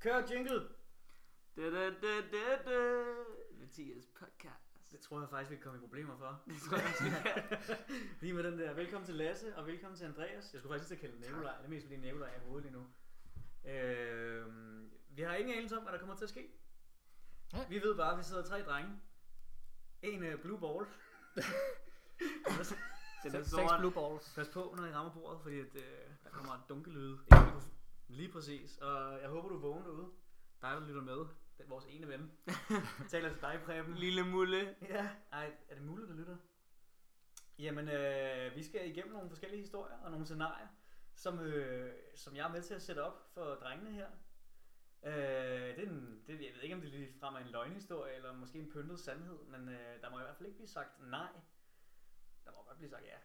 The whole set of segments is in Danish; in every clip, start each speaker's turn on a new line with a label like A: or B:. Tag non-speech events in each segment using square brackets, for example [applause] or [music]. A: Kør jingle!
B: Da, da, da, da, da. Mathias podcast.
A: Det tror jeg faktisk, vi kan komme i problemer for. [laughs]
B: Det tror jeg også, vi
A: Lige med den der, velkommen til Lasse, og velkommen til Andreas. Jeg skulle faktisk lige til at kalde den Nikolaj. Det er mest fordi Nikolaj er i hovedet lige nu. Øh, vi har ingen anelse om, hvad der kommer til at ske.
C: Nej.
A: Vi ved bare, at vi sidder tre drenge. En øh, blue ball.
B: Den er
C: Seks
B: sort.
C: blue balls.
A: Pas på, når I rammer bordet, fordi at, øh, der kommer dunkelyde. ind i mikrofonen. Lige præcis. Og jeg håber, du er vågen derude. Dig, der lytter med. Den, vores ene ven. Taler til dig, Preben.
B: Lille mulle. [laughs]
A: Ja, ej, er det muligt, der lytter? Jamen, øh, vi skal igennem nogle forskellige historier og nogle scenarier, som, øh, som jeg er med til at sætte op for drengene her. Øh, det er en, det, jeg ved ikke, om det lige frem er en løgnhistorie, eller måske en pyntet sandhed, men øh, der må i hvert fald ikke blive sagt nej. Der må godt blive sagt ja.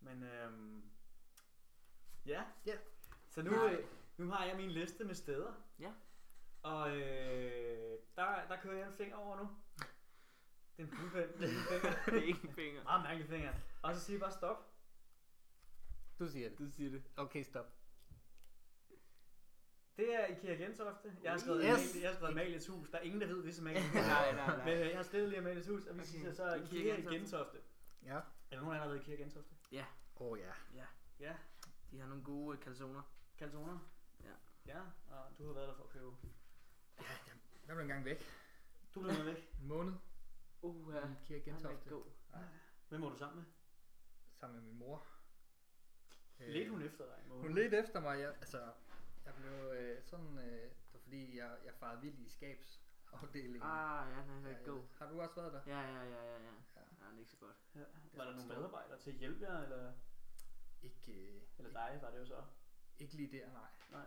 A: Men øh, ja.
C: Ja.
A: Så nu,
B: Nej.
A: øh, nu har jeg min liste med steder.
B: Ja.
A: Og øh, der, der kører jeg en finger over nu. Det er en fuldpind. Det er en finger.
B: [laughs] Det er ikke en finger.
A: Meget mærkelig finger. Og så siger jeg bare stop.
C: Du siger det.
B: Du siger det.
C: Okay, stop.
A: Det er Ikea Gentofte. Jeg har skrevet,
C: Yes.
A: Amalie, jeg har skrevet Amalies hus. Der er ingen, der ved det som Amalie.
B: Nej, nej,
A: Men
B: nej.
A: øh, jeg har stillet lige Amalies hus, og vi
B: Okay.
A: siger så
B: Ikea
A: Ikea
B: Gentofte.
A: Gentofte.
C: Ja.
A: Er der nogen, der har været i Ikea Gentofte?
C: Åh oh, ja.
A: Ja.
B: De har nogle gode øh, calzoner.
A: Kalsoner?
B: Ja.
A: Ja, og du har været der for at købe.
C: Jeg blev engang væk.
A: Du blev med væk.
C: En måned.
B: Uh,
C: Ja. I Kirke Gentofte.
A: Hvem var du sammen med?
C: Sammen med min mor. Øh,
A: Ledte hun efter dig? Måne?
C: Hun ledte efter mig. Jeg, altså, jeg blev øh, sådan... Øh, det var fordi, jeg, jeg farede vildt i skabsafdelingen.
B: Ah, ja, den
C: Ja,
B: er
C: jeg
B: god.
C: ved. Har du også været der?
B: Ja, ja, ja, ja, ja. Ja, det er ikke så godt.
A: Ja.
C: er
A: Var der
C: sådan
A: nogle
C: stor.
A: medarbejdere til at hjælpe jer, eller,
C: Ikke, øh,
A: eller dig var det jo så?
C: ikke lige der, nej.
A: Nej.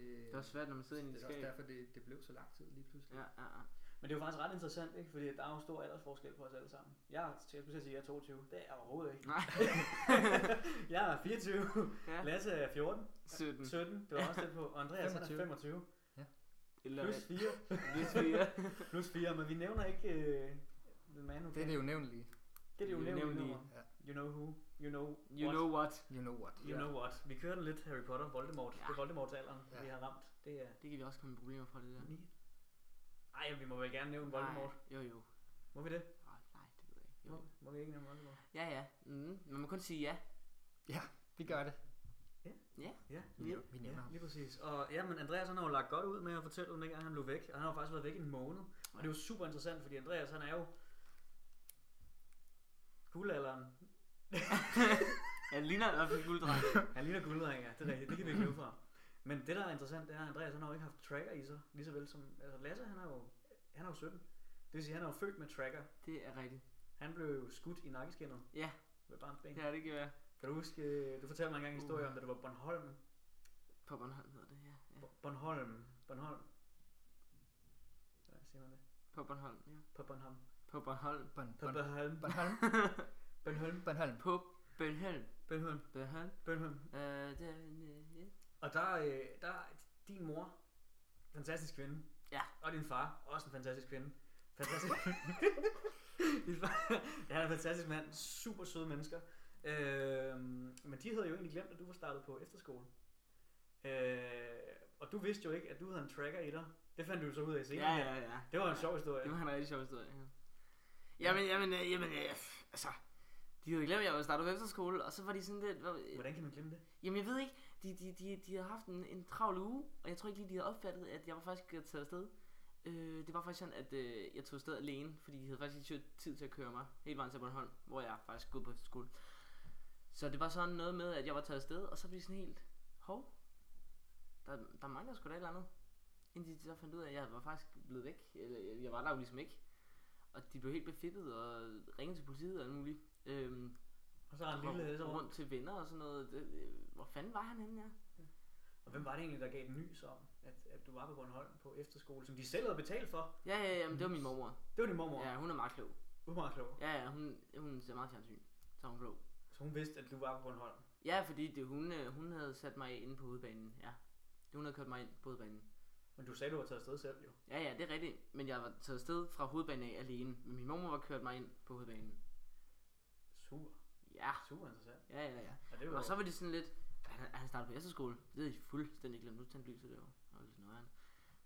C: Øh,
B: Det er også svært, når man sidder inde i
C: det
B: det
C: er også
B: skab.
C: derfor, det, det blev så lang tid lige pludselig.
B: Ja, ja, ja.
A: Men det er jo faktisk ret interessant, ikke? fordi der er jo en stor aldersforskel på os alle sammen. Jeg, er- jeg skulle til at sige, jeg er 22. Det er jeg overhovedet ikke.
C: [laughs]
B: Nej.
A: [laughs] jeg er 24.
B: Ja. Mm.
A: Lasse er 14.
B: 17.
A: 17. Det var også det på. Og Andreas han er
C: 25.
A: 25.
B: Eller
A: Plus 4.
B: plus 4.
A: Plus 4. Men vi nævner ikke øh, the man who
C: Det er
A: can.
C: det jo nævnlige.
A: det er det jo
B: Vi
A: nævnt
B: nævner
A: nummer.
C: lige.
A: You know who. You know
B: You
A: what.
B: know what?
C: You know what.
A: You know what. Vi kører den lidt Harry Potter. Voldemort.
B: Ja.
A: Det er Voldemort-alderen,
C: Ja.
A: vi har ramt. Det er...
B: Det kan vi også komme i problemer for, det der.
A: Ej, vi må vel gerne nævne Voldemort.
B: Nej, jo, jo.
A: Må vi det?
B: Oh, nej, det ved jeg ikke. Jo,
A: Må,
B: jo.
A: må vi ikke nævne Voldemort?
B: Ja, ja. Mm. Man må kun sige ja.
C: Vi gør det.
A: Ja.
C: Vi,
B: Ja.
C: vi
A: Ja,
C: nævner ham.
A: lige præcis. Og ja, men Andreas han har jo lagt godt ud med at fortælle, om dengang han blev væk. Og han har jo faktisk været væk i en måned. Og det er jo super interessant, fordi Andreas han er jo guldalderen.
B: Ja, det ligner i hvert fald en
C: [laughs]
B: gulddreng.
A: Han ligner guldalderen, ja. Det er rigtigt. Det kan vi ikke løbe fra. Men det, der er interessant, det er, at Andreas han har jo ikke haft tracker i sig. Lige så vel som altså Lasse, han er jo, han er jo 17. Det vil sige, han er jo født med tracker.
B: Det er rigtigt.
A: Han blev jo skudt i nakkeskinnet.
B: Ja.
A: Ved barnsben. Ja.
B: Ja, det kan være.
A: Kan du huske, øh, du fortalte mig engang en historie om, da du var på Bornholm.
B: På Bornholm hedder det, ja. ja.
A: Bornholm. Bornholm. Hvordan siger man det?
B: På Bornholm, ja.
A: På Bornholm.
B: På Bornholm.
C: Bon,
A: På
C: bon,
A: Bornholm.
C: Bornholm.
A: Bornholm.
C: Bornholm.
B: På Bornholm.
A: Bornholm.
B: Bornholm.
A: Bønholm.
B: Øh, det er en, øh, ja.
A: Og der, øh, der er din mor, fantastisk kvinde.
B: Ja.
A: Og din far, også en fantastisk kvinde.
B: [laughs]
A: Fantastisk. din far, ja, han er en fantastisk mand. Super søde mennesker. Øh, men de havde jo egentlig glemt, at du var startet på efterskole. Øh, og du vidste jo ikke, at du havde en tracker i dig. Det fandt du jo så ud af senere.
B: Ja, ja, ja.
A: Det var en sjov historie.
B: Det var en rigtig sjov historie, ja. Jamen, jamen, øh, jamen, øh, altså... De havde glemt, at jeg var startet på efterskole, og så var de sådan lidt... hvor-
A: Hvordan kan man glemme det?
B: Jamen, jeg ved ikke. De, de, de, de havde haft en, en travl uge, og jeg tror ikke lige, de havde opfattet, at jeg var faktisk taget afsted. Øh, det var faktisk sådan, at øh, jeg tog afsted alene, fordi de havde faktisk ikke tid til at køre mig hele vejen til Bornholm, hvor jeg faktisk gået på efterskole. Så det var sådan noget med, at jeg var taget afsted, og så blev de sådan helt, hov, der, der mangler sgu da et eller andet. Indtil de så fandt ud af, at jeg var faktisk blevet væk, eller jeg- jeg var der jo ligesom ikke. Og de blev helt befippet og ringede til politiet og alt muligt. Øhm,
A: Og så er han
B: og
A: lille
B: rundt,
A: over.
B: rundt til venner og sådan noget. Det, det- Hvor fanden var han henne, ja?
A: Og hvem var det egentlig, der gav den nys om, at, at du var på Bornholm på efterskole, som de selv havde betalt for?
B: Ja, ja, ja, men det var min mormor.
A: Det var din mormor.
B: Ja, hun er meget klog.
A: Hun var meget klog.
B: Ja, ja, hun, hun ser meget fjernsyn. Så er hun klog.
A: Så hun vidste, at du var på Bornholm.
B: Ja, fordi det, hun, øh, hun havde sat mig ind på hovedbanen, ja. Hun havde kørt mig ind på hovedbanen.
A: Men du sagde, du var taget afsted selv, jo.
B: Ja, ja, det er rigtigt. Men jeg var taget afsted fra hovedbanen af alene. Men min mormor var kørt mig ind på hovedbanen.
A: Super.
B: Ja,
A: Super interessant.
B: ja, ja, ja.
A: Og det var
B: Og så var det sådan lidt, han, han startede på efterskole. Det er de fuldstændig glemt. Nu tændte lyset derovre. var lidt nøjeren.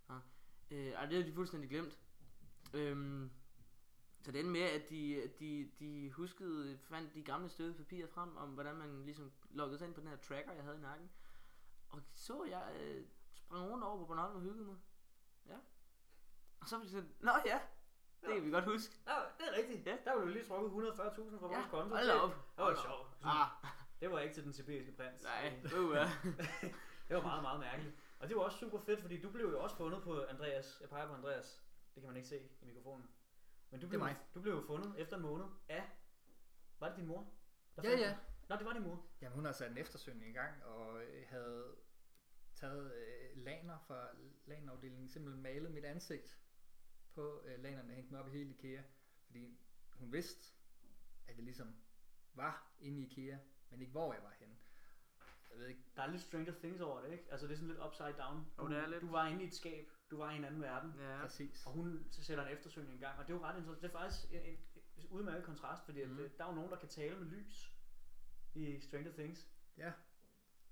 B: Nå. Øh, ej, det har de fuldstændig glemt. Øhm, så det endte med, at de, at de, de huskede, fandt de gamle støvede papirer frem, om hvordan man ligesom loggede sig ind på den her tracker, jeg havde i nakken. Og så jeg øh, sprang rundt over på Bornholm og hyggede mig. Ja. Og så var de sådan, nå ja, det
A: Ja.
B: kan vi godt huske.
A: Ja, det er rigtigt.
B: Ja.
A: Der blev lige trukket 140.000 fra vores
B: Ja,
A: konto.
B: hold da
A: Det-
B: op.
A: Det var sjovt.
B: Ah,
A: Det var ikke til den sibiriske prins.
B: nej, uh, ja.
A: Det var meget, meget mærkeligt. Og det var også super fedt, fordi du blev jo også fundet på Andreas. Jeg peger på Andreas. Det kan man ikke se i mikrofonen. Men du
C: Det er
A: blev,
C: mig.
A: du blev jo fundet efter en måned af... Var det din mor? der
C: Ja,
A: fandt
C: ja.
A: dig? Nå, det var din mor.
C: Jamen, hun har sat en eftersøgning i gang, og øh, havde taget øh, laner fra lanafdelingen, simpelthen malet mit ansigt på øh, lanerne, og hængt dem op i hele IKEA, fordi hun vidste, at jeg ligesom var inde i IKEA, men ikke hvor jeg var henne. Jeg ved ikke,
A: Der er lidt Stranger Things over det, ikke? Altså, det er sådan lidt upside down.
B: Jo,
A: Du,
B: det er lidt.
A: du var inde i et skab. Du var i en anden verden.
B: ja.
C: præcis.
A: Og hun sætter en eftersøgning i gang, og det er jo ret interessant. Det er faktisk en, en en udmærket kontrast, fordi mm.
B: Mm.
A: at, øh, der er jo nogen, der kan tale med lys i Stranger Things.
C: Ja.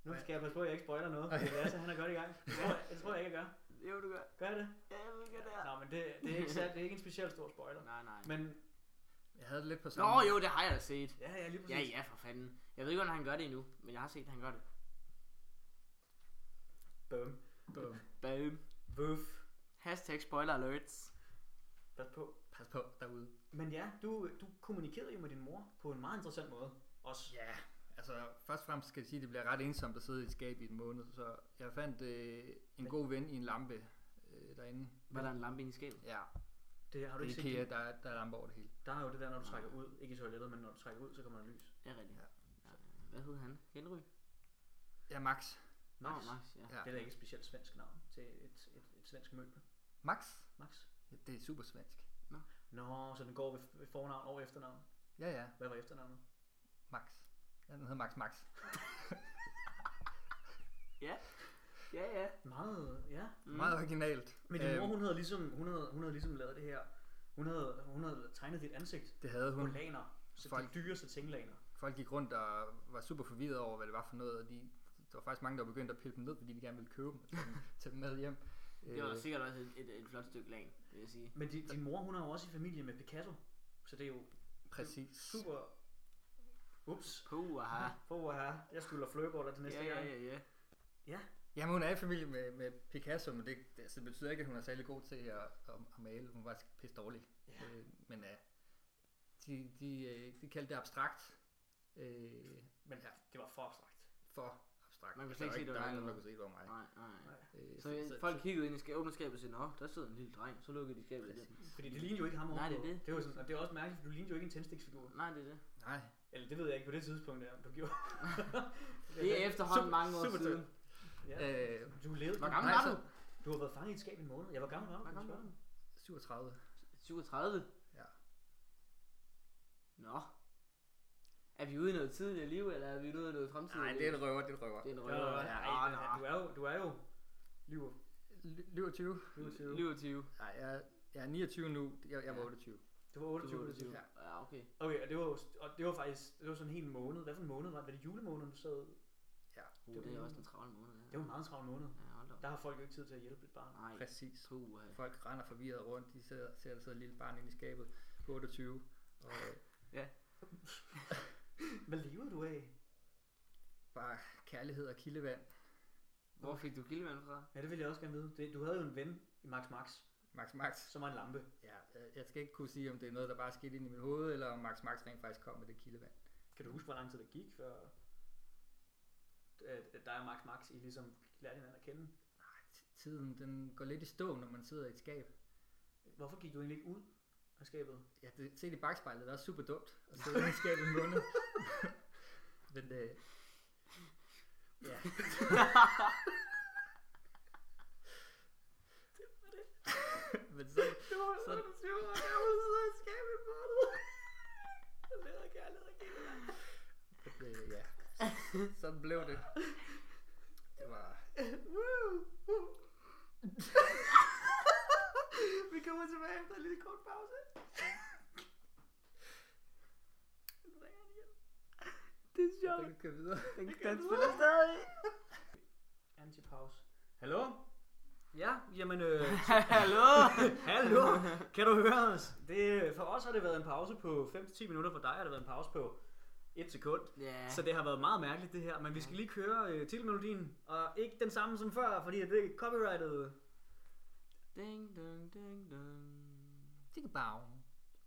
A: Nu
C: Ja.
A: skal jeg passe på, at jeg ikke spoiler noget,
C: Ej.
A: men Lasse han er godt i gang. Det tror jeg- Det tror jeg ikke, jeg gør.
B: Jo, du gør.
A: Gør jeg det?
B: Ja, jeg vil gøre det her.
A: Nå, men det, det, er, ikke, sat- det er ikke en specielt stor spoiler.
B: Nej, nej.
A: Men
C: Jeg havde det lidt på samme
B: Nå
C: måde.
B: jo, det har jeg da set.
A: ja, ja, lige
B: Ja,
A: præcis.
B: ja, for fanden. Jeg ved ikke, hvordan han gør det endnu, men jeg har set, at han gør det.
A: Bum.
C: Bum.
B: Boom.
A: Vøf.
B: Hashtag spoiler alerts.
A: Pas på.
C: Pas på derude.
A: Men ja, du, du kommunikerede jo med din mor på en meget interessant måde. Også.
C: Ja, altså først og fremmest skal jeg sige, at det bliver ret ensomt at sidde i et skab i en måned, så jeg fandt øh, en god ven i en lampe øh, derinde.
B: Var der en lampe inde i skabet?
C: Ja,
A: Det har du
C: det
A: ikke
C: er
A: set.
C: IKEA,
A: din-
C: der, er- der er lamper over det hele.
A: Der er jo det der, når du trækker ud. Ikke i toilettet, men når du trækker ud, så kommer der lys.
B: Det er rigtigt.
C: Ja.
B: Ja. Hvad hed han? Henry?
C: Ja, Max.
B: Nå,
A: Max.
B: Max, ja.
A: Det er da ikke et specielt svensk navn til et, et, et svensk møbel.
C: Max?
A: Max.
C: Ja, Det er super svensk.
A: Nå, så den går ved, ved fornavn og efternavn.
C: Ja, ja,
A: Hvad var efternavnet?
C: Max. Ja, den hedder Max Max.
B: Ja, ja.
A: Meget, ja.
B: Mm.
C: Meget originalt.
A: Men din
C: Øhm,
A: mor, hun havde ligesom, hun havde, hun havde ligesom lavet det her. Hun havde, hun havde tegnet dit ansigt
C: Det havde
A: på
C: hun.
A: laner. Så
C: Folk-
A: de dyreste tinglaner.
C: Folk gik rundt og var super forvirret over, hvad det var for noget, og de, der var faktisk mange, der begyndte at pille dem ned, fordi de gerne ville købe dem og tage dem, [laughs] tage dem med hjem.
B: Det var
C: Øh,
B: sikkert også et, et, et flot stykke land, vil jeg sige.
A: Men din, din mor, hun er jo også i familie med Picasso. Så det er jo
C: Præcis.
A: super... Ups.
B: Puh, aha.
A: For at have. Jeg skylder flødeboller til næste
B: Ja, ja,
A: gang.
B: ja, ja.
C: Jamen, hun er i familie med, med Picasso, men det, det, altså, det betyder ikke, at hun er særlig god til at, at, at male. Hun var faktisk pisse dårlig.
A: Ja.
C: Øh, men øh, de, de, øh, de kaldte det abstrakt. Øh,
A: Men
C: Ja.
A: det var for abstrakt.
C: for abstrakt.
B: Man kunne
C: Altså,
B: ikke
C: der
B: se, det var
C: var ikke
B: dig,
C: nogen,
B: eller
C: der kunne se, det var mig.
B: Nej, nej.
C: Øh,
B: Så øh, folk kiggede ind i skabet, åbnede skabet og sagde, nå, der sidder en lille dreng. Så lukkede de skabet igen.
C: Præcis.
A: Fordi det lignede jo ikke ham
B: Nej, det er
A: ovenpå.
B: det.
A: Det var sådan, og det er også mærkeligt, for du lignede jo ikke en tændstiksfigur.
B: Nej, det er det.
C: Nej,
A: Eller det ved jeg ikke på det tidspunkt, der, om du [laughs] gjorde.
B: Det er efterhånden mange år
A: super
B: siden.
A: Ja.
C: øh,
A: Du levede.
B: Hvor gammel
C: Nej,
B: var du?
C: så-
A: Du har været fanget i et skab i en måned. Jeg var gammel var du?
B: Hvor gammel var du?
C: 37.
B: 37?
C: Ja.
B: Nå. Er vi ude i noget tidligere liv, eller er vi ude i noget fremtidigt
C: Nej,
B: liv?
C: det er en røver, Øh, det er en røver.
B: Det er en
A: Ja,
B: røver.
A: ja,
B: Ja,
A: ja,
B: nå.
A: du er jo, du er jo lyver.
C: L- 27.
A: 27.
B: 27.
C: Nej, jeg, er- jeg er 29 nu. Jeg, jeg var
B: Ja.
C: 28.
A: Du var 28. da du-
B: 28.
C: Ja.
B: Ja, okay.
A: Okay, og det var, jo- og det var faktisk det var sådan en hel måned. Hvad for en måned var det? Var det julemåneden, du sad?
B: Uh,
A: Det
B: det, er
A: var-
B: også en travl måned. Ja.
A: Det var en meget travl måned.
B: Ja, hold da op.
A: Der har folk jo ikke tid til at hjælpe et barn.
B: Nej,
C: Præcis.
B: puha.
C: Folk render forvirret rundt. De ser, ser der sidder et lille barn inde i skabet på 28. Og øh,
A: Hvad levede du af?
C: bare kærlighed og kildevand.
B: Hvor fik du kildevand fra?
A: Ja, det vil jeg også gerne vide. Det, du havde jo en ven i Max Max,
C: Max Max.
A: som var en lampe.
C: Ja, øh, jeg skal ikke kunne sige, om det er noget, der bare skete ind i mit hoved, eller om Max Max rent faktisk kom med det kildevand.
A: Kan du huske, hvor lang tid det gik, før at- at dig og Max Max, I ligesom lærte hinanden at kende?
C: T- Tiden, den går lidt i stå, når man sidder i et skab.
A: Hvorfor gik du egentlig ikke ud af skabet?
C: Ja, det, set i bagspejlet, det er også super dumt at sidde i et skab i en [laughs] måned. Men øh, ja, [laughs] men så,
A: Det var
C: så er
A: du syv år gammel, så i skabet i måned. Jeg leder kærlighed
C: øh, ja. sådan blev det. Det var,
A: Vi kommer tilbage efter en lille kort pause.
B: [laughs] Det er
C: så kan vi køre videre.
B: Den, den spiller stadig.
A: Antipause. Hallo? jamen... Øh,
B: [laughs]
A: [laughs]
B: Hallo!
A: Hallo, kan du høre os? Det, for os har det været en pause på 5-10 minutter, for dig har det været en pause på 1 sekund.
B: Ja.
A: Så det har været meget mærkeligt det her, men vi skal lige køre øh, titelmelodien, og ikke den samme som før, fordi det er copyrightet.
B: Ding, dong, ding, dong.
C: Det kan bare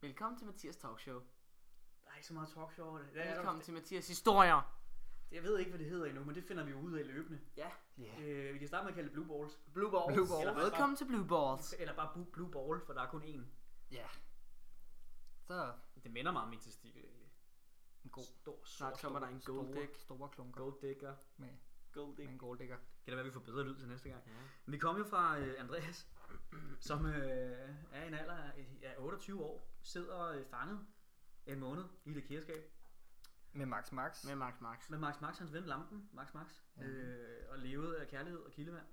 B: Velkommen til Mathias Talkshow.
A: Der er ikke så meget talkshow over det. Ja, jeg,
B: Velkommen til Mathias Historier.
A: jeg ved ikke, hvad det hedder endnu, men det finder vi jo ud af løbende.
B: Ja.
C: Ja.
A: Øh, vi kan starte med at kalde det Blue Balls.
B: Blue Balls.
C: Blue Balls.
B: Velkommen til Blue Balls.
A: Eller bare Blue, Blue Ball, for der er kun én.
C: Ja. Så
A: Det minder meget om min testikel egentlig.
C: en god
A: Stor, sort,
B: Snart kommer der en gold
C: store,
B: dick.
C: store klunker
A: gold digger.
C: med,
B: Gold
C: med en gold digger.
A: Kan det være, vi får bedre lyd til næste gang?
B: Ja.
A: Vi kom jo fra øh, Andreas, [clears throat] som øh, er i en alder af ja, 28 år, sidder øh, fanget en måned i det kirkeskab
C: Med Max Max.
B: Med Max Max.
A: med Max Max, hans ven Lampen, Max Max,
C: Ja.
A: øh, og levede af kærlighed og kildevand.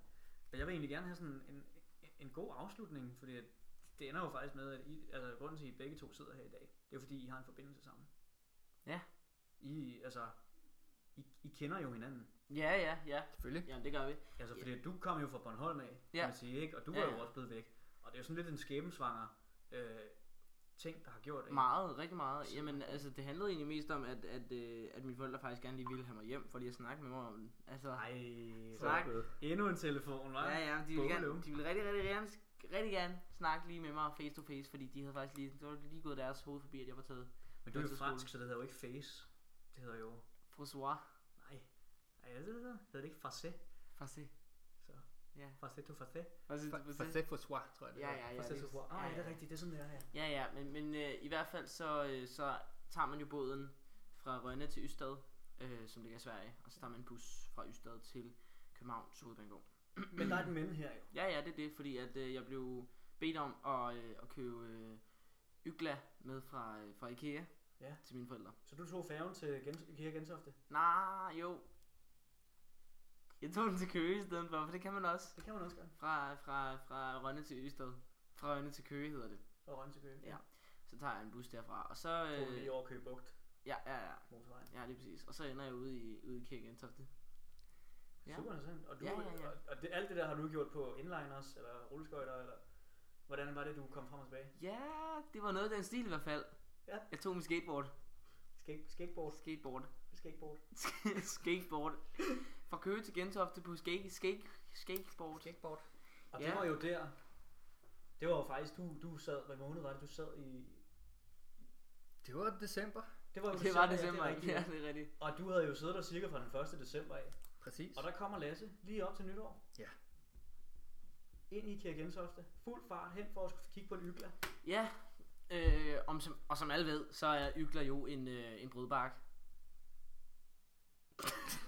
A: Og jeg vil egentlig gerne have sådan en, en god afslutning, fordi at det ender jo faktisk med, at I, altså, grunden til, at I begge to sidder her i dag, det er jo fordi, I har en forbindelse sammen.
B: Ja.
A: I, altså, I, I kender jo hinanden.
B: Ja, ja, ja.
C: Selvfølgelig.
B: Jamen, det gør vi.
A: Altså,
B: Ja.
A: fordi du kom jo fra Bornholm af, kan
B: Ja.
A: man sige, ikke? Og du
B: Ja,
A: var jo
B: ja.
A: også blevet væk. Og det er jo sådan lidt en skæbensvanger øh, ting, der har gjort det.
B: Meget, rigtig meget.
A: Så-
B: Jamen, altså, det handlede egentlig mest om, at, at, øh, at mine forældre faktisk gerne lige ville have mig hjem, for lige at snakke med mig om den. Altså,
A: Ej,
B: Snak.
A: endnu en telefon, hva'?
B: ja, ja, de ville,
A: Bummelum.
B: gerne, de ville rigtig, rigtig, rigtig, gerne- rigtig gerne snakke lige med mig face to face, fordi de havde faktisk lige, det var lige gået deres hoved forbi, at jeg var taget
A: Men du er jo
B: Efterskole.
A: fransk, så det hedder jo ikke face. Det hedder jo...
B: François.
A: Nej. Nej, det hedder, hedder det ikke facé.
B: Facé.
A: Så
B: Ja.
A: facé to facé.
B: Facé,
C: For, for Seth for Soir, tror jeg det
B: Ja,
C: hedder.
B: ja, ja.
A: Facé to
B: det-
A: facé. Ah, ja, det er rigtigt. Det er sådan, det er, ja.
B: Ja, ja, men, men øh, i hvert fald så, øh, så tager man jo båden fra Rønne til Ystad, øh, som ligger i Sverige, og så tager man en bus fra Ystad til Københavns Hovedbanegård.
A: Men der er et men her jo.
B: [clears throat] Ja, ja, det er det, fordi at, øh, jeg blev bedt om at, øh, at købe øh, ygla med fra, øh, fra Ikea
A: Ja.
B: til mine forældre.
A: Så du tog færgen til Gens- Kira Gentofte.
B: Nej, jo. Jeg tog den til Køge i stedet for, for det kan man også.
A: Det kan man også gøre.
B: Fra, fra, fra Rønne til Ystad. Fra Rønne til Køge hedder det.
A: Og rønne til Køge.
B: Ja. Så tager jeg en bus derfra, og så...
A: Øh. Tog lige
B: Øh,
A: over Køge Bugt
B: ja, ja, ja.
A: motorvejen.
B: Ja, lige præcis. Og så ender jeg ude i, ude i Kirke Gentofte.
A: Ja.
B: Ja.
A: Super interessant. Og, du,
B: Ja, ja, ja.
A: og, og det, alt det der har du gjort på inliners, eller rulleskøjter, eller hvordan var det, du kom frem og tilbage?
B: Ja, det var noget af den stil i hvert fald.
A: Ja.
B: Jeg tog min skateboard.
A: Skate, skateboard,
B: Skateboard. [laughs]
A: skateboard,
B: skateboard. Fra Køge til Gentofte på skate, skate, skateboard.
C: Skateboard.
A: Og
B: Ja.
A: det var jo der, det var jo faktisk, du, du sad, hvad måned var det, du sad i?
C: Det var december.
A: Det var jo
B: [laughs] Det var
A: ja,
B: december,
A: er
B: ja,
A: rigtigt.
B: det er rigtigt.
A: Og du havde jo siddet der cirka fra den 1. december af.
C: Præcis.
A: Og der kommer Lasse lige op til nytår.
C: Ja.
A: Ind i Kirke Gentofte. Fuld fart hen for at skulle kigge på en ygla.
B: Ja, øh, om, som, og som alle ved, så er Ygler jo en, øh, en brødbark. [laughs]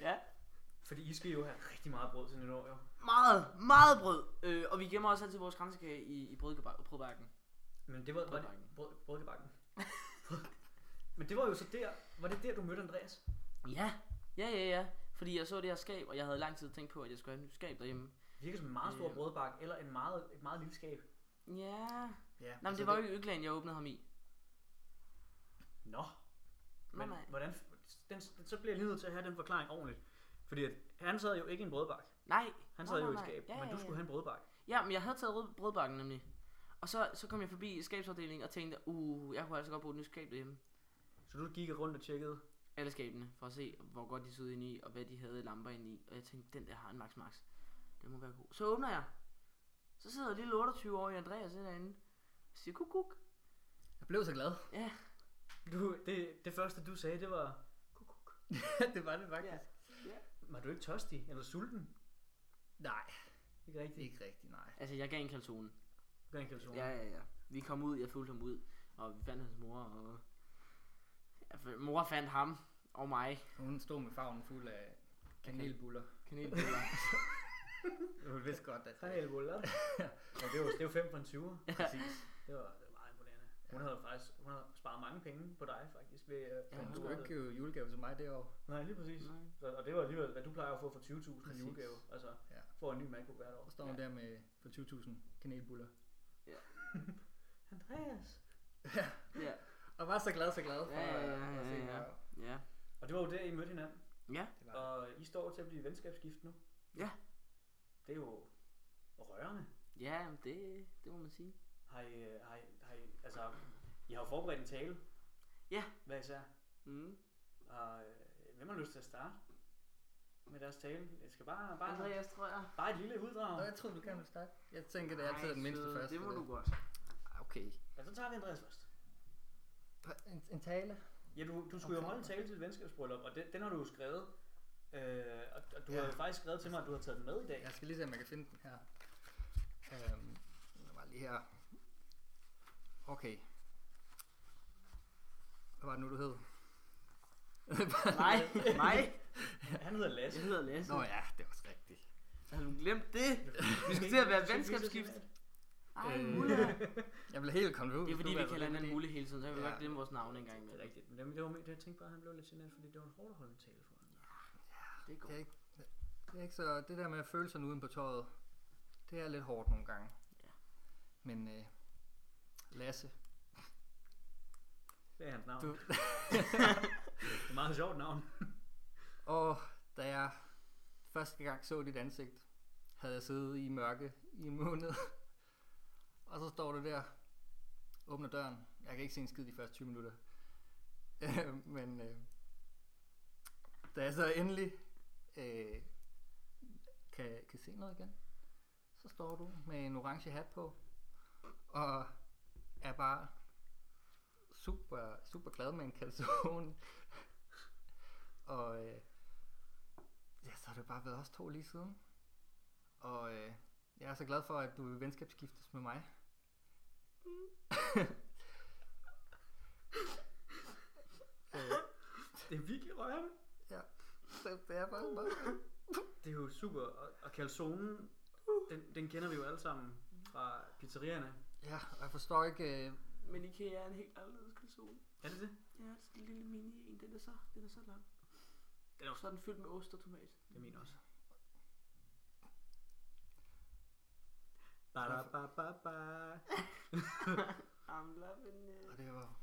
B: ja,
A: Fordi I skal jo have rigtig meget brød til nytår, jo.
B: meget, meget brød. Øh, og vi gemmer også altid vores kransekage i, i brødkeba- brødbakken.
A: Men det var... var det,
B: Brødbakken.
A: brød, brødkebakken. [laughs] Men det var jo så der... Var det der, du mødte Andreas?
B: Ja, ja, ja, ja. Fordi jeg så det her skab, og jeg havde lang tid tænkt på, at jeg skulle have et nyt skab derhjemme.
A: Virker som en meget stor
B: Øh.
A: brødbakke, eller en meget, et meget lille skab.
B: Ja.
C: Ja,
A: Altså,
C: altså,
B: Nej, men det var jo ikke Øgland, jeg åbnede ham i.
A: Nå,
B: Nej,
A: men
B: nej.
A: hvordan... f- Den, den, så bliver jeg lige nødt til at have den forklaring ordentligt. Fordi at han sad jo ikke i en brødbakke.
B: Nej.
A: Han
B: Nå,
A: sad
B: nej,
A: jo i et
B: nej.
A: skab,
B: Ja,
A: men
B: ja,
A: du
B: ja.
A: skulle have en brødbakke.
B: Ja, men jeg havde taget rød, brødbakken nemlig. Og så, så kom jeg forbi skabsafdelingen og tænkte, uh, jeg kunne altså godt bruge et nyt skab derhjemme.
A: Så du gik rundt og tjekkede.
B: Alle skabene, for at se, hvor godt de så ud inde i, og hvad de havde af lamper inde i. Og jeg tænkte, den der har en max max. Den må være god. Så åbner jeg. Så sidder lille 28-årig Andreas derinde. Og siger, kuk, kuk.
C: Jeg blev så glad. [laughs]
B: Ja,
A: Du, det, det første, du sagde, det var... "Kuk, kuk."
C: det var det faktisk.
A: Var du ikke tørstig eller sulten?
C: Nej,
A: Ikke rigtigt.
C: ikke rigtigt, nej.
B: altså jeg gav en kalsone.
A: Gør en kalsone.
B: Ja, ja, ja. Vi kom ud, jeg fulgte ham ud, og vi fandt hans mor, og... Ja, f- mor fandt ham og mig.
C: Hun stod med farven fuld af kanelbuller.
B: Kanelbuller.
C: [laughs] Hun vidste godt, at
A: Hej, Elbola.
C: [laughs]
A: ja, det var, det var 5 for en 20.
C: præcis.
A: Det var, det var meget imponerende. Hun havde faktisk hun havde sparet mange penge på dig, faktisk. Ved, øh,
B: Ja,
A: at
C: Hun
B: hun
A: du
C: skulle
A: havde-
C: ikke købe julegave til mig det år.
A: Nej, lige præcis.
B: Nej.
A: Så, og det var alligevel, hvad du plejer at få for 20.000 i
C: Præcis.
A: julegave. Altså,
C: Ja.
A: får en ny MacBook hvert år.
C: Og står hun der med for 20.000 kanelbuller.
A: Andreas!
B: ja.
C: Og var så glad, så glad for
B: Ja, ja, ja,
C: øh, at se
B: ja, ja.
C: mig.
B: ja.
A: Og det var jo der, I mødte hinanden.
B: Ja.
C: Det var
A: Og I står til at blive venskabsgift nu.
B: Ja.
A: Det er jo rørende.
B: Ja, men det, det må man sige.
A: Har I, øh, har I, har I, altså, I har jo forberedt en tale.
B: Ja.
A: Hvad især?
B: Mm.
A: Og øh, hvem har lyst til at starte med deres tale? Jeg skal bare, bare,
B: Andreas, tror jeg.
A: bare et lille
C: Nå,
A: uddrag.
C: jeg tror, du gerne vil starte. Jeg tænker, det er altid
B: Ej,
C: den mindste
B: søde,
C: først.
B: Det må
C: der.
B: du godt.
C: Ah, Okay.
A: Ja, så tager vi Andreas først.
C: En, en tale?
A: Ja, du, du skulle jo
C: Okay.
A: holde en tale til et venskabsbryllup, og den, den har du jo skrevet. Øh, og, og du
C: Ja.
A: har jo faktisk skrevet til mig, at du har taget den med i dag.
C: Jeg skal lige se, om jeg kan finde den her. Øhm, den var lige her. Okay. Hvad var det nu, du hed? [laughs]
B: Nej, nej.
A: Han hedder
B: Jeg
A: Lasse.
B: hedder Lasse.
C: Nå ja, det var også rigtigt.
B: Har du glemt det? Vi
C: [laughs]
B: skal til at være venskabsskift. Ej,
C: Øh. [laughs]
B: Mulla.
C: Jeg blev helt kommet ud.
B: Det er fordi, vi kalder hinanden Mulle hele tiden, så jeg vil
C: Ja.
B: godt glemme vores navn engang
A: Det
B: imellem.
A: er rigtigt. Men det var med, jeg tænkte bare, at han blev lidt generet, fordi det var en hårdt holdende tale for ham.
B: Det er godt.
C: Det er, ikke, det er ikke så... Det der med følelserne uden på tøjet, det er lidt hårdt nogle gange.
B: Ja.
C: Men øh, Lasse,
A: Det er hans navn.
C: Du-
A: [laughs] det er et meget sjovt navn.
C: Og da jeg første gang så dit ansigt, havde jeg siddet i mørke i en måned. [laughs] og så står du der, åbner døren. Jeg kan ikke se en skid de første 20 minutter. [laughs] Øh, Men øh, da jeg så endelig øh, kan, kan se noget igen, så står du med en orange hat på, og er bare super, super glad med en calzone. [laughs] og øh, Ja, så har det bare været os to lige siden. Og øh, jeg er så glad for, at du vil venskabsskiftes med [laughs] mig. øh,
A: Det er virkelig rørende.
C: så det er bare meget.
A: Det er jo super. Og, og calzonen, den, den kender vi jo alle sammen fra pizzerierne.
C: Ja, og jeg forstår ikke... Øh,
B: Men IKEA er en helt anderledes kalsone.
A: Er det det?
B: Ja, det er sådan en lille mini en. Den er så, den er så
A: Den
B: lang.
A: er jo
B: Så er den fyldt med ost og tomat.
A: Det er min også. Ba, ba, ba, ba.
B: I'm loving it.
C: og det var...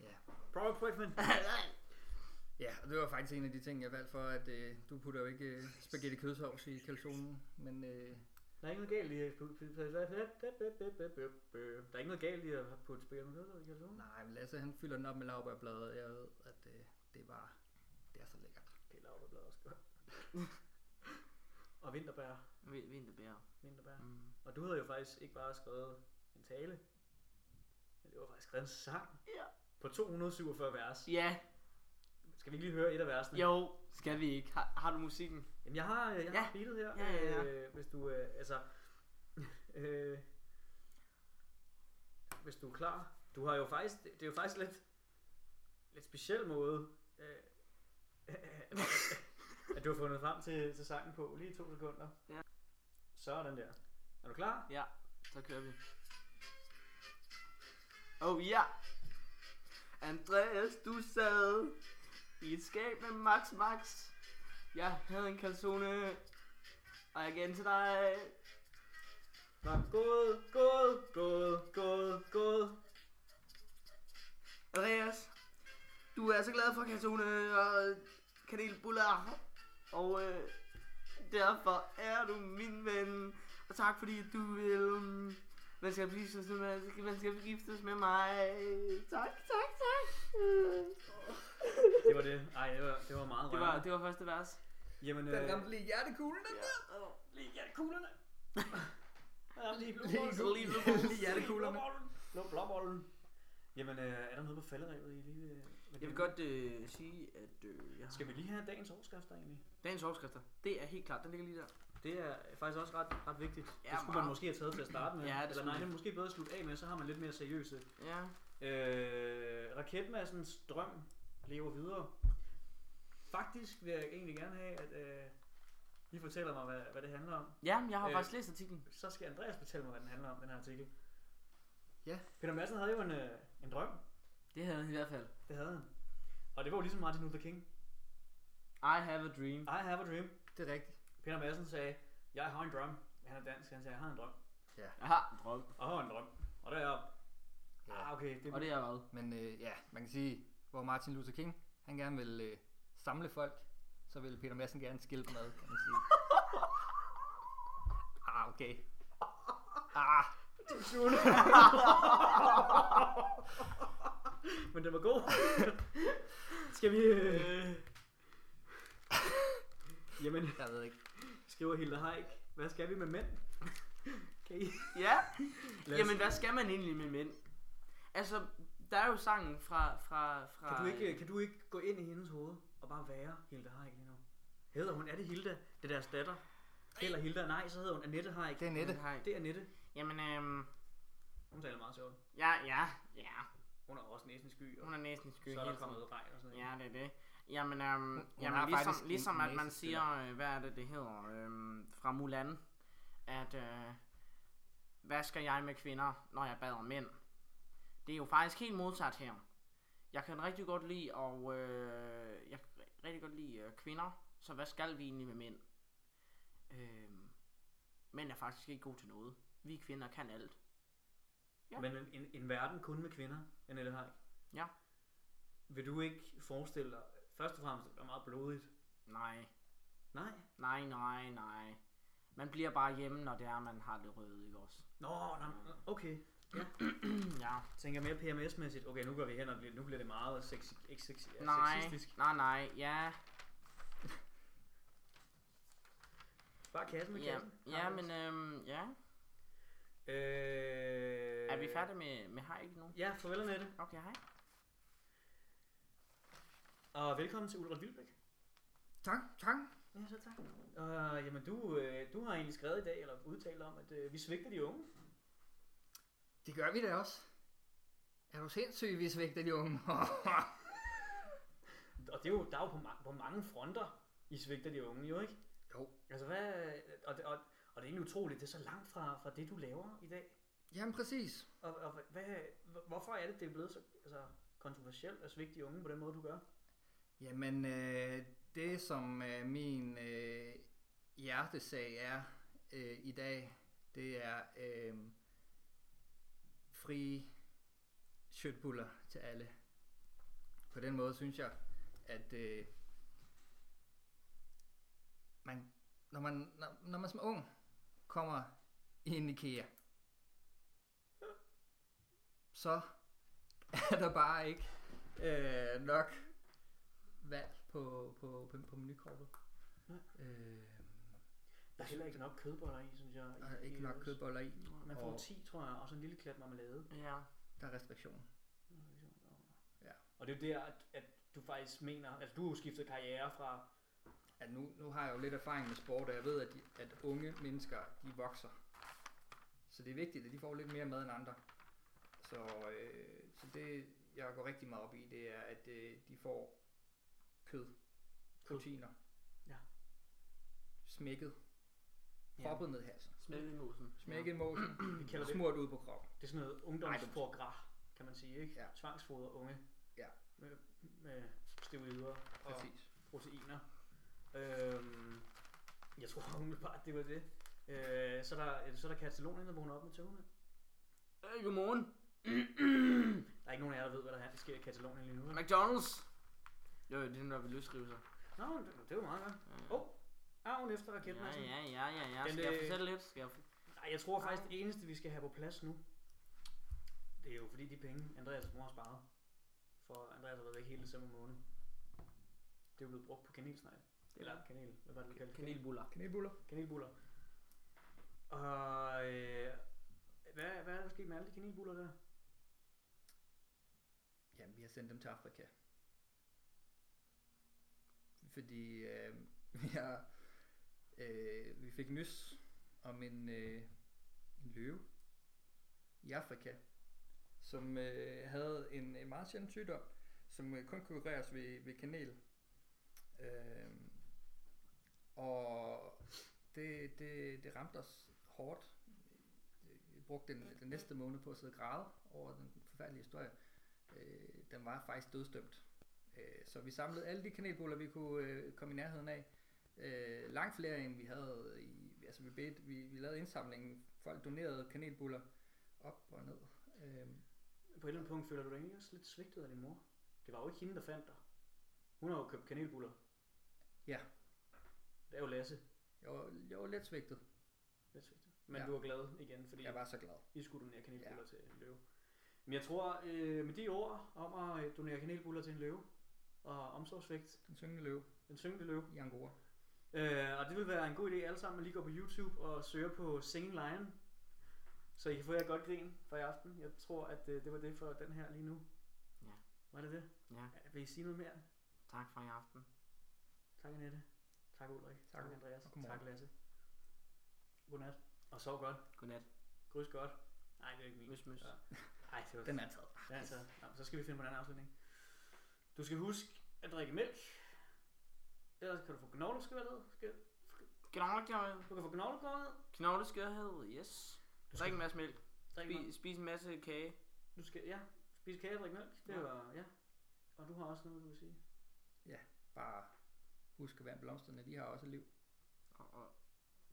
C: Ja.
A: Prøv Brickman.
C: ja, og det var faktisk en af de ting, jeg valgte for, at øh, du putter jo ikke øh, spaghetti kødsovs i kalsonen, men... Øh,
A: Der er ikke noget galt i at Der er ikke noget galt i at have putte spil med kød i kalsonen.
C: nej, men Lasse han fylder den op med laurbærblad, og jeg ved, at øh, det er bare... Det er så lækkert.
A: Det er lavt og også godt. Og vinterbær.
B: Vin- Vinterbær.
A: vinterbær.
B: Mm.
A: Og du havde jo faktisk ikke bare skrevet en tale, men det var faktisk skrevet en sang
B: Ja.
A: på 247 vers.
B: Ja,
A: Skal vi ikke lige høre et af versene?
B: jo. Skal vi ikke? Har, har du musikken?
A: Jamen, jeg har, jeg
B: Ja.
A: har beatet her,
B: Ja, ja, ja.
A: Øh, hvis du, øh, altså, [laughs] øh, hvis du er klar. Du har jo faktisk, det er jo faktisk lidt, lidt speciel måde, øh, [laughs] at du har fundet frem til, til sangen på, lige i to sekunder.
B: Ja.
A: Sådan der. Er du klar?
B: Ja, så kører vi. Oh ja! Andreas, du sad i et skab med Max Max. Jeg havde en calzone, og jeg gav den til dig.
A: Nå, god, god, god, god, god.
B: Andreas, du er så glad for calzone og kanelbuller, og øh, derfor er du min ven. Og tak fordi du vil... mm, Man skal, blive, så- man skal, man skal giftes med mig. Tak, tak, tak.
A: Det var det. Ej, det var, det var meget
B: [laughs] Det var,
A: rørende.
B: det var første vers.
A: Jamen,
C: Den
A: øh,
C: ramte lige hjertekuglen, den der!
A: lige [laughs] hjertekuglerne. Jamen, [laughs] lige blå
C: Lige-
A: bolden.
B: lige blå bolden.
C: Lige hjertekuglerne.
A: Blå blåbollen. Jamen, øh, er der noget på falderæbet, I lige vil... vil
B: Jeg vil godt øh, sige, at øh, jeg har...
A: Skal vi lige have dagens overskrifter egentlig?
B: Dagens overskrifter, det er helt klart, den ligger lige der.
A: Det er faktisk også ret, ret vigtigt.
B: Ja,
A: Ja, det skulle
B: meget.
A: man måske have taget til at starte med.
B: Ja, det
A: Eller
B: skulle
A: nej,
B: det.
A: det er måske bedre at slutte af med, så har man lidt mere seriøse.
B: Ja.
A: Øh, raketmassens drøm lever videre. Faktisk vil jeg egentlig gerne have, at øh, I fortæller mig, hvad, hvad det handler om.
B: Ja, men jeg har øh.
A: Øh.
B: faktisk læst artiklen.
A: Så skal Andreas fortælle mig, hvad den handler om, den her artikel.
C: Ja.
A: Peter Madsen havde jo en, øh, en drøm.
B: Det havde han i hvert fald.
A: Det havde han. Og det var jo ligesom Martin Luther King.
B: I have a dream.
A: I have a dream.
C: Det er rigtigt.
A: Peter Madsen sagde, jeg har en drøm. Han er dansk, han sagde, jeg har en drøm.
B: Jeg har en drøm.
A: Og har en drøm. Og der er Ah, okay. Det,
B: Og det er hvad?
C: Men øh, ja, man kan sige, hvor Martin Luther King, [laughs] han gerne vil øh, samle folk, så vil Peter Madsen gerne skille dem ad, kan man sige.
B: okay. Ah,
A: Too soon. [laughs] Men den var god. [laughs] Skal vi... Øh... Jamen,
C: Jeg ved ikke.
A: skriver Hilda Haik. Hvad skal vi med mænd? Kan I?
B: ja.
A: Lad os-
B: Jamen, hvad skal man egentlig med mænd? Altså, der er jo sangen fra... fra, fra
A: Kan
B: øh,
A: du, ikke, kan du ikke gå ind i hendes hoved og bare være Hilda Haik lige nu? Hedder hun, er det Hilda? Det er deres datter. Eller Hilda, nej, så hedder hun Annette Haik.
C: Det er Nette.
B: Hej.
A: Det er Annette.
B: Jamen, øhm,
A: Hun taler meget sjovt.
B: ja, ja, ja.
A: Hun har også næsen i sky, og
B: Hun er næsten sky.
A: så er der
B: hele tiden.
A: kommet regn og sådan noget.
B: Ja, det er det. Jamen, øhm,
C: hun har
B: jamen ligesom,
C: faktisk en
B: ligesom at man
C: næse til
B: siger, øh, hvad er det, det hedder, øhm, fra Mulan, at øh, hvad skal jeg med kvinder, når jeg bader mænd? Det er jo faktisk helt modsat her. Jeg kan rigtig godt lide, og øh, jeg kan rigtig godt lide øh, kvinder, så hvad skal vi egentlig med mænd? Øh, mænd er faktisk ikke gode til noget. Vi kvinder kan alt. Ja.
A: Men en, en, en verden kun med kvinder, Annette Haik.
B: Ja.
A: Vil du ikke forestille dig, først og fremmest, det er meget blodigt.
B: Nej.
A: Nej.
B: Nej, nej, nej. Man bliver bare hjemme, når det er, man har det røde, ikke også?
A: Nå, nej, nej, okay.
B: Mm, ja.
A: Tænker mere PMS-mæssigt. Okay, nu går vi hen, og bliver, nu bliver det meget sexi, ikke sexi, ja,
B: Nej,
A: sexistisk.
B: nej, nej, ja.
A: Bare kassen med
B: Ja,
A: kassen.
B: ja men øhm, ja.
A: Øh...
B: Er vi færdige med, med hej nu?
A: Ja, farvel Annette.
B: Okay, hej.
A: Og velkommen til Ulrik Vilbæk.
C: Tak, tak.
A: Ja, så tak. Og jamen, du, øh, du har egentlig skrevet i dag, eller udtalt om, at øh, vi svigter de unge.
C: Det gør vi da også. Er du sindssyg, hvis vægter de unge? [laughs]
A: Og det er jo, der er jo på, ma- på mange fronter, I svigter de unge, jo ikke?
C: jo.
A: Altså, hvad, og, det- og, og det er egentlig utroligt, det er så langt fra, fra det, du laver i dag.
C: Jamen præcis.
A: Og, og hvad, hvor- hvorfor er det, det er blevet så altså, kontroversielt at svigte de unge på den måde, du gør?
C: Jamen, øh, det som øh, min øh, hjertesag er øh, i dag, det er øh, frie shirtbuller til alle. På den måde synes jeg, at øh, man, når, man, når, når man som ung kommer i en IKEA, så er der bare ikke øh, nok valg på, på, på, på menukortet.
A: Nej.
C: Øh,
A: Der er heller ikke nok kødboller i, synes jeg.
C: der er
A: i-
C: ikke
A: i-
C: nok kødboller i.
A: Man får
C: Og-
A: 10, tror jeg, og så en lille klat marmelade.
B: Ja.
C: Der er restriktioner. Ja.
A: Og det er jo der, at, at du faktisk mener, altså du har jo skiftet karriere fra,
C: At nu, nu har jeg jo lidt erfaring med sport, og jeg ved, at, de, at unge mennesker, de vokser. Så det er vigtigt, at de får lidt mere mad end andre. Så, øh, så det, jeg går rigtig meget op i, det er, at øh, de får kød, proteiner,
A: Ja.
C: smækket,
A: Ja.
C: proppet ned i halsen,
B: Smæk i musen.
C: smækket i måsen,
A: vi kalder det,
C: smurt ud på kroppen.
A: det er sådan noget ungdomsprogram, kan man sige, ikke?
C: Ja.
A: Tvangsfoder unge.
C: Ja.
A: Med, med steroider og
C: Præcis.
A: proteiner. Øhm, jeg tror umiddelbart, det var det. Øh, så, er der, så er der Katalonien, der vågner op med tøvende.
B: Ja. Øh, godmorgen.
A: [clears throat] Der er ikke nogen af jer, der ved, hvad der er- der sker i Katalonien lige nu. vel?
B: [clears throat] McDonald's. Jo, det er den, der vil løsrive sig.
A: Nå, men det, det var meget godt.
B: Øh,
A: Åh, Arven efter raketten.
B: ja, ja, ja, ja, ja.
A: Den,
B: Skal jeg
A: øh,
B: fortælle lidt? Skal jeg for...
A: Nej, jeg tror faktisk, det eneste, vi skal have på plads nu, det er jo fordi de penge, Andreas' mor har sparet. For Andreas har været væk hele december måned. Det er jo blevet brugt på kanelsnegle. Eller kanel, hvad var det, du kaldte det?
B: Kanelbuller.
C: Knæbuller.
A: Kanelbuller. Og øh, hvad, hvad er der sket med alle de kanelbuller der?
C: Jamen, vi har sendt dem til Afrika. Fordi øh, [laughs] vi, har, øh, vi fik nys om en, øh, en løve i Afrika, som øh, havde en, en meget sjælden sygdom, som øh, kun kunne kureres ved, ved kanel. Øh, og det, det, det ramte os hårdt. Vi brugte den, den næste måned på at sidde og græde over den forfærdelige historie. Øh, den var faktisk dødsdømt. Øh, så vi samlede alle de kanelboller, vi kunne øh, komme i nærheden af. Øh, langt flere, end vi havde i... Altså, vi, bedte, vi, vi lavede indsamlingen. Folk donerede kanelboller op og ned. Øh,
A: På et eller andet punkt føler du dig egentlig også lidt svigtet af din mor. Det var jo ikke hende, der fandt dig. Hun har jo købt kanelbuller.
C: Ja.
A: Det er jo Lasse.
C: jeg, var, jeg var lidt svigtet.
A: Lidt svigtet. Men
C: Ja.
A: ja. du var glad igen, fordi
C: Jeg var så glad.
A: I skulle donere kanelbuller ja. til en løve. Men jeg tror, øh, med de ord om at øh, donere kanelbuller til en løve og omsorgsvægt,
C: Den syngende løve
A: en syngende løve,
C: i Angora.
A: Øh, og det vil være en god idé alle sammen at lige gå på YouTube og søge på Singing Lion. Så I kan få jer et godt grin for i aften. Jeg tror, at øh, det var det for den her lige nu.
B: Ja.
A: Var det det?
B: Ja,
A: Vil I sige noget mere?
B: tak for i aften.
A: Tak Annette. Tak Ulrik.
C: Tak,
A: Tak, Andreas.
C: og godmorgen.
A: Tak Lasse. Godnat. Og sov godt.
B: Godnat.
A: Grys godt. Nej, det er ikke min.
B: Møs, møs.
A: Ja. Nej, det var
C: Den er taget.
A: Ja, altså, nå, så skal vi finde på en anden afslutning. Du skal huske at drikke mælk. Ellers kan du få knogleskørhed. Skal-
B: Knogleskørhed.
A: Du kan få knogleskørhed.
B: Knogleskørhed, yes. Drik en masse mælk.
A: Drik noget-
B: Spis, spis en masse kage.
A: Du skal, ja, spise kage og drikke mælk. Det
B: Ja.
A: var, ja. Og du har også noget, du vil sige.
C: Bare husk at være blomsterne, de har også liv.
B: Og, og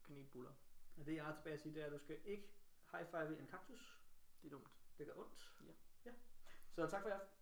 B: kanelbuller.
A: Og det, jeg har tilbage at sige, det er, at du skal ikke high-five en kaktus.
B: Det er dumt.
A: Det gør ondt.
B: Ja.
A: ja. Så tak for i aften.